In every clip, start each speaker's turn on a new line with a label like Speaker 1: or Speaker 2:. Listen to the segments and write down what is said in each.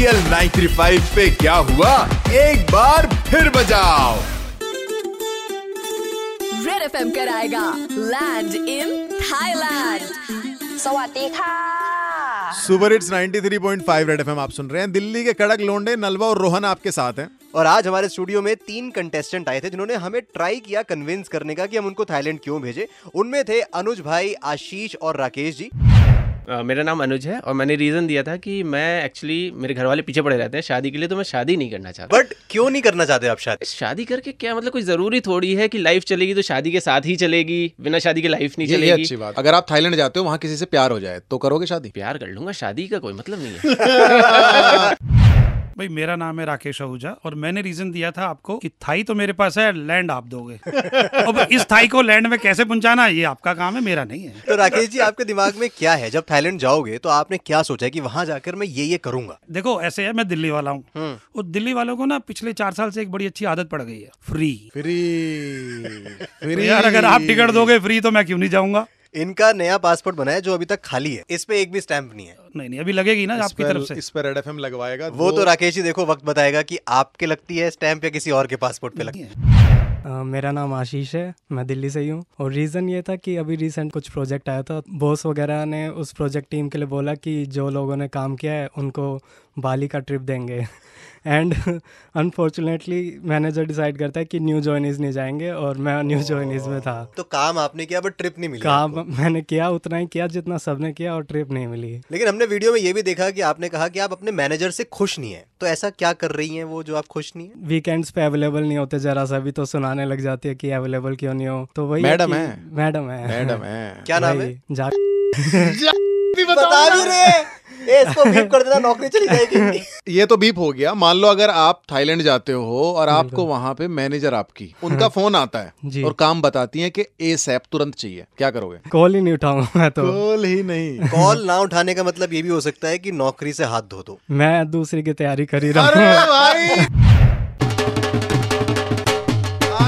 Speaker 1: 93.5 पे क्या हुआ एक बार फिर बजाओ
Speaker 2: रेड एफ कराएगा land in Thailand
Speaker 3: สวัสดีค่ะ
Speaker 1: super hits 93.5 red FM आप सुन रहे हैं दिल्ली के कड़क लोंडे नलवा और रोहन आपके साथ हैं
Speaker 4: और आज हमारे स्टूडियो में तीन कंटेस्टेंट आए थे जिन्होंने हमें ट्राई किया कन्विंस करने का कि हम उनको थाईलैंड क्यों भेजे उनमें थे अनुज भाई आशीष और राकेश जी
Speaker 5: अ, मेरा नाम अनुज है और मैंने रीज़न दिया था कि मैं एक्चुअली मेरे घर वाले पीछे पड़े रहते हैं शादी के लिए तो मैं शादी नहीं करना चाहता
Speaker 4: बट क्यों नहीं करना चाहते आप शादी
Speaker 5: शादी करके क्या मतलब कोई ज़रूरी थोड़ी है कि लाइफ चलेगी तो शादी के साथ ही चलेगी बिना शादी के लाइफ नहीं
Speaker 6: ये, ये
Speaker 5: चलेगी
Speaker 6: अच्छी बात अगर आप थाईलैंड जाते हो वहाँ किसी से प्यार हो जाए तो करोगे शादी
Speaker 5: प्यार कर लूंगा शादी का कोई मतलब नहीं है
Speaker 7: भाई मेरा नाम है राकेश आहूजा और मैंने रीजन दिया था आपको कि थाई तो मेरे पास है लैंड आप दोगे अब इस थाई को लैंड में कैसे पहुंचाना ये आपका काम है मेरा नहीं है
Speaker 4: तो राकेश जी आपके दिमाग में क्या है जब थाईलैंड जाओगे तो आपने क्या सोचा है कि वहां जाकर मैं ये ये करूंगा
Speaker 7: देखो ऐसे है मैं दिल्ली वाला हूँ और दिल्ली वालों को ना पिछले चार साल से एक बड़ी अच्छी आदत पड़ गई है फ्री तो
Speaker 6: फ्री
Speaker 7: यार अगर आप टिकट दोगे फ्री तो मैं क्यों नहीं जाऊंगा
Speaker 4: इनका नया पासपोर्ट बनाया जो अभी तक खाली है इस पे एक भी स्टैंप नहीं है
Speaker 7: नहीं नहीं अभी लगेगी ना आपकी तरफ से
Speaker 6: इस पर रेड एफएम लगवाएगा
Speaker 4: वो तो राकेश जी देखो वक्त बताएगा कि आपके लगती है स्टैंप या किसी और के पासपोर्ट पे लगती है
Speaker 8: अ, मेरा नाम आशीष है मैं दिल्ली से ही हूँ और रीज़न ये था कि अभी रिसेंट कुछ प्रोजेक्ट आया था बॉस वगैरह ने उस प्रोजेक्ट टीम के लिए बोला कि जो लोगों ने काम किया है उनको बाली का ट्रिप देंगे एंड अनफॉर्चुनेटली मैनेजर डिसाइड करता है कि न्यू जॉइनिज नहीं जाएंगे और मैं न्यू जॉइनिज में था
Speaker 4: तो काम आपने किया बट ट्रिप नहीं मिली
Speaker 8: काम
Speaker 4: आपको।
Speaker 8: मैंने किया उतना ही किया जितना सबने किया और ट्रिप नहीं मिली
Speaker 4: लेकिन हमने वीडियो में ये भी देखा कि आपने कहा कि आप अपने मैनेजर से खुश नहीं है तो ऐसा क्या कर रही हैं वो जो आप खुश नहीं है
Speaker 8: वीकेंड्स पे अवेलेबल नहीं होते जरा सा भी तो सुनाने लग जाती है कि अवेलेबल क्यों नहीं हो तो वही
Speaker 6: मैडम
Speaker 8: कि-
Speaker 6: है।
Speaker 8: मैडम है
Speaker 6: मैडम है
Speaker 4: क्या नाम है
Speaker 8: वही, जा
Speaker 4: बता भी रहे हैं। ए, इसको बीप कर देना नौकरी चली जाएगी
Speaker 6: ये तो बीप हो गया मान लो अगर आप थाईलैंड जाते हो और आपको वहाँ पे मैनेजर आपकी उनका फोन आता है
Speaker 8: जी।
Speaker 6: और काम बताती है कि ए सैप तुरंत चाहिए क्या करोगे
Speaker 8: कॉल ही नहीं उठाऊंगा मैं तो
Speaker 6: कॉल ही नहीं
Speaker 4: कॉल ना उठाने का मतलब ये भी हो सकता है कि नौकरी से हाथ धो दो
Speaker 8: मैं दूसरी की तैयारी कर ही रहा
Speaker 6: अरे
Speaker 8: हूँ
Speaker 6: भाई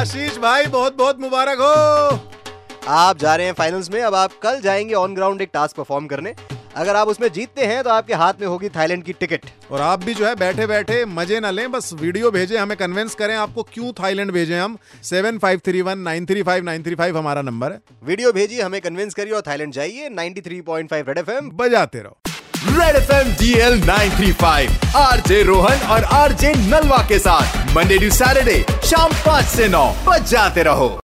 Speaker 6: आशीष भाई बहुत बहुत मुबारक हो
Speaker 4: आप जा रहे हैं फाइनल्स में अब आप कल जाएंगे ऑन ग्राउंड एक टास्क परफॉर्म करने अगर आप उसमें जीतते हैं तो आपके हाथ में होगी थाईलैंड की टिकट
Speaker 6: और आप भी जो है बैठे बैठे मजे ना लें बस वीडियो भेजें हमें कन्विंस करें आपको क्यों थाईलैंड भेजें हम seven five three one nine three five nine three five हमारा नंबर है
Speaker 4: वीडियो भेजिए हमें कन्विंस करिए और थाईलैंड जाइए 93.5 रेड एफएम
Speaker 6: बजाते रहो
Speaker 1: red F M D L nine three five RJ Rohan और आरजे नलवा के साथ मंडे टू सैटरडे शाम 5 से 9 बजाते रहो